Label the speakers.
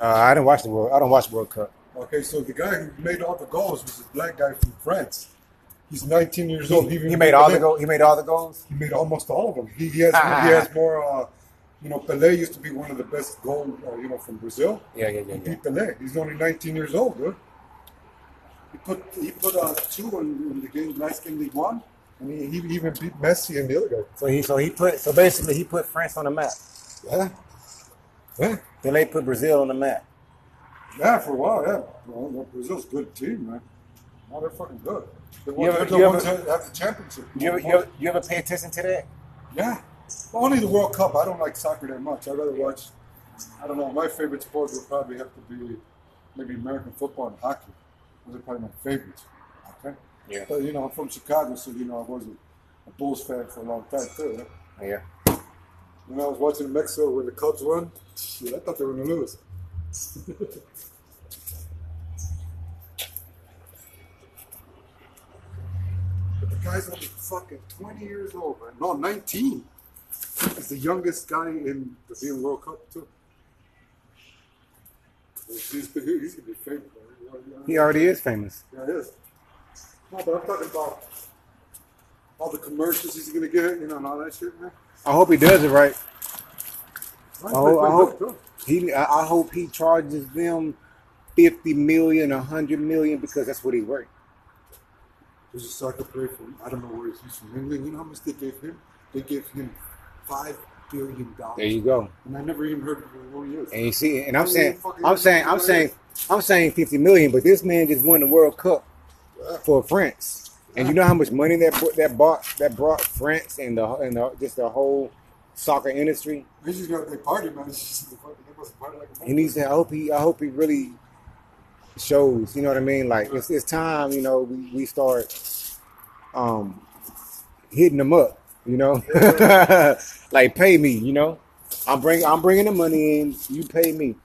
Speaker 1: Uh, I didn't watch the World. I don't watch World Cup.
Speaker 2: Okay, so the guy who made all the goals was this black guy from France. He's 19 years old.
Speaker 1: He,
Speaker 2: even-
Speaker 1: he made all the goals. He made all the goals.
Speaker 2: He made almost all of them. He, he has he has more. Uh, you know, Pelé used to be one of the best goal. Uh, you know, from Brazil.
Speaker 1: Yeah, yeah, yeah,
Speaker 2: He
Speaker 1: yeah.
Speaker 2: beat Pelé. He's only 19 years old, dude. He put he put uh, two in, in the game last game they won, and he, he even beat Messi and the other guy.
Speaker 1: So he so he put so basically he put France on the map.
Speaker 2: Yeah, yeah,
Speaker 1: Pele put Brazil on the map.
Speaker 2: yeah. For a while, yeah. Well, well, Brazil's a good team, man. No, they're fucking good. They won,
Speaker 1: You ever-
Speaker 2: they're the
Speaker 1: you
Speaker 2: ones
Speaker 1: ever-
Speaker 2: that have the championship.
Speaker 1: You ever, you, ever, you ever pay attention to that?
Speaker 2: Yeah. Well, only the World Cup. I don't like soccer that much. I'd rather watch, I don't know, my favorite sport would probably have to be maybe American football and hockey. Those are probably my favorites. Okay?
Speaker 1: Yeah.
Speaker 2: But, you know, I'm from Chicago, so, you know, I was a, a Bulls fan for a long time, too. Right?
Speaker 1: Yeah.
Speaker 2: When I was watching Mexico when the Cubs won, shit, I thought they were going to lose. but the guy's only fucking 20 years old, man. No, 19. He's the youngest guy in the being World Cup, too. He's, he's going to be famous, man.
Speaker 1: He already is famous.
Speaker 2: Yeah, it is. No, but I'm talking about all the commercials he's going to get, you know, and all that shit, man.
Speaker 1: I hope he does it right.
Speaker 2: Right,
Speaker 1: Oh,
Speaker 2: right,
Speaker 1: I
Speaker 2: right,
Speaker 1: hope-
Speaker 2: right, right.
Speaker 1: He I I hope he charges them fifty million, a hundred million because that's what he worth.
Speaker 2: There's a soccer player from I don't know where he's he's from England. You know how much they gave him? They gave him five billion dollars,
Speaker 1: go.
Speaker 2: and I never even heard of him who he is.
Speaker 1: And you see, and I'm saying, I'm saying, I'm saying, I'm saying 50 million, but this man just won the World Cup for France. And you know how much money that brought, that bought that brought France and the and the, just the whole soccer industry.
Speaker 2: He's just gonna they party, man. He's just they must party like a
Speaker 1: And he's I hope he I hope he really shows. You know what I mean? Like it's it's time. You know we, we start um hitting them up. You know, like pay me. You know, I'm bring I'm bringing the money in. You pay me.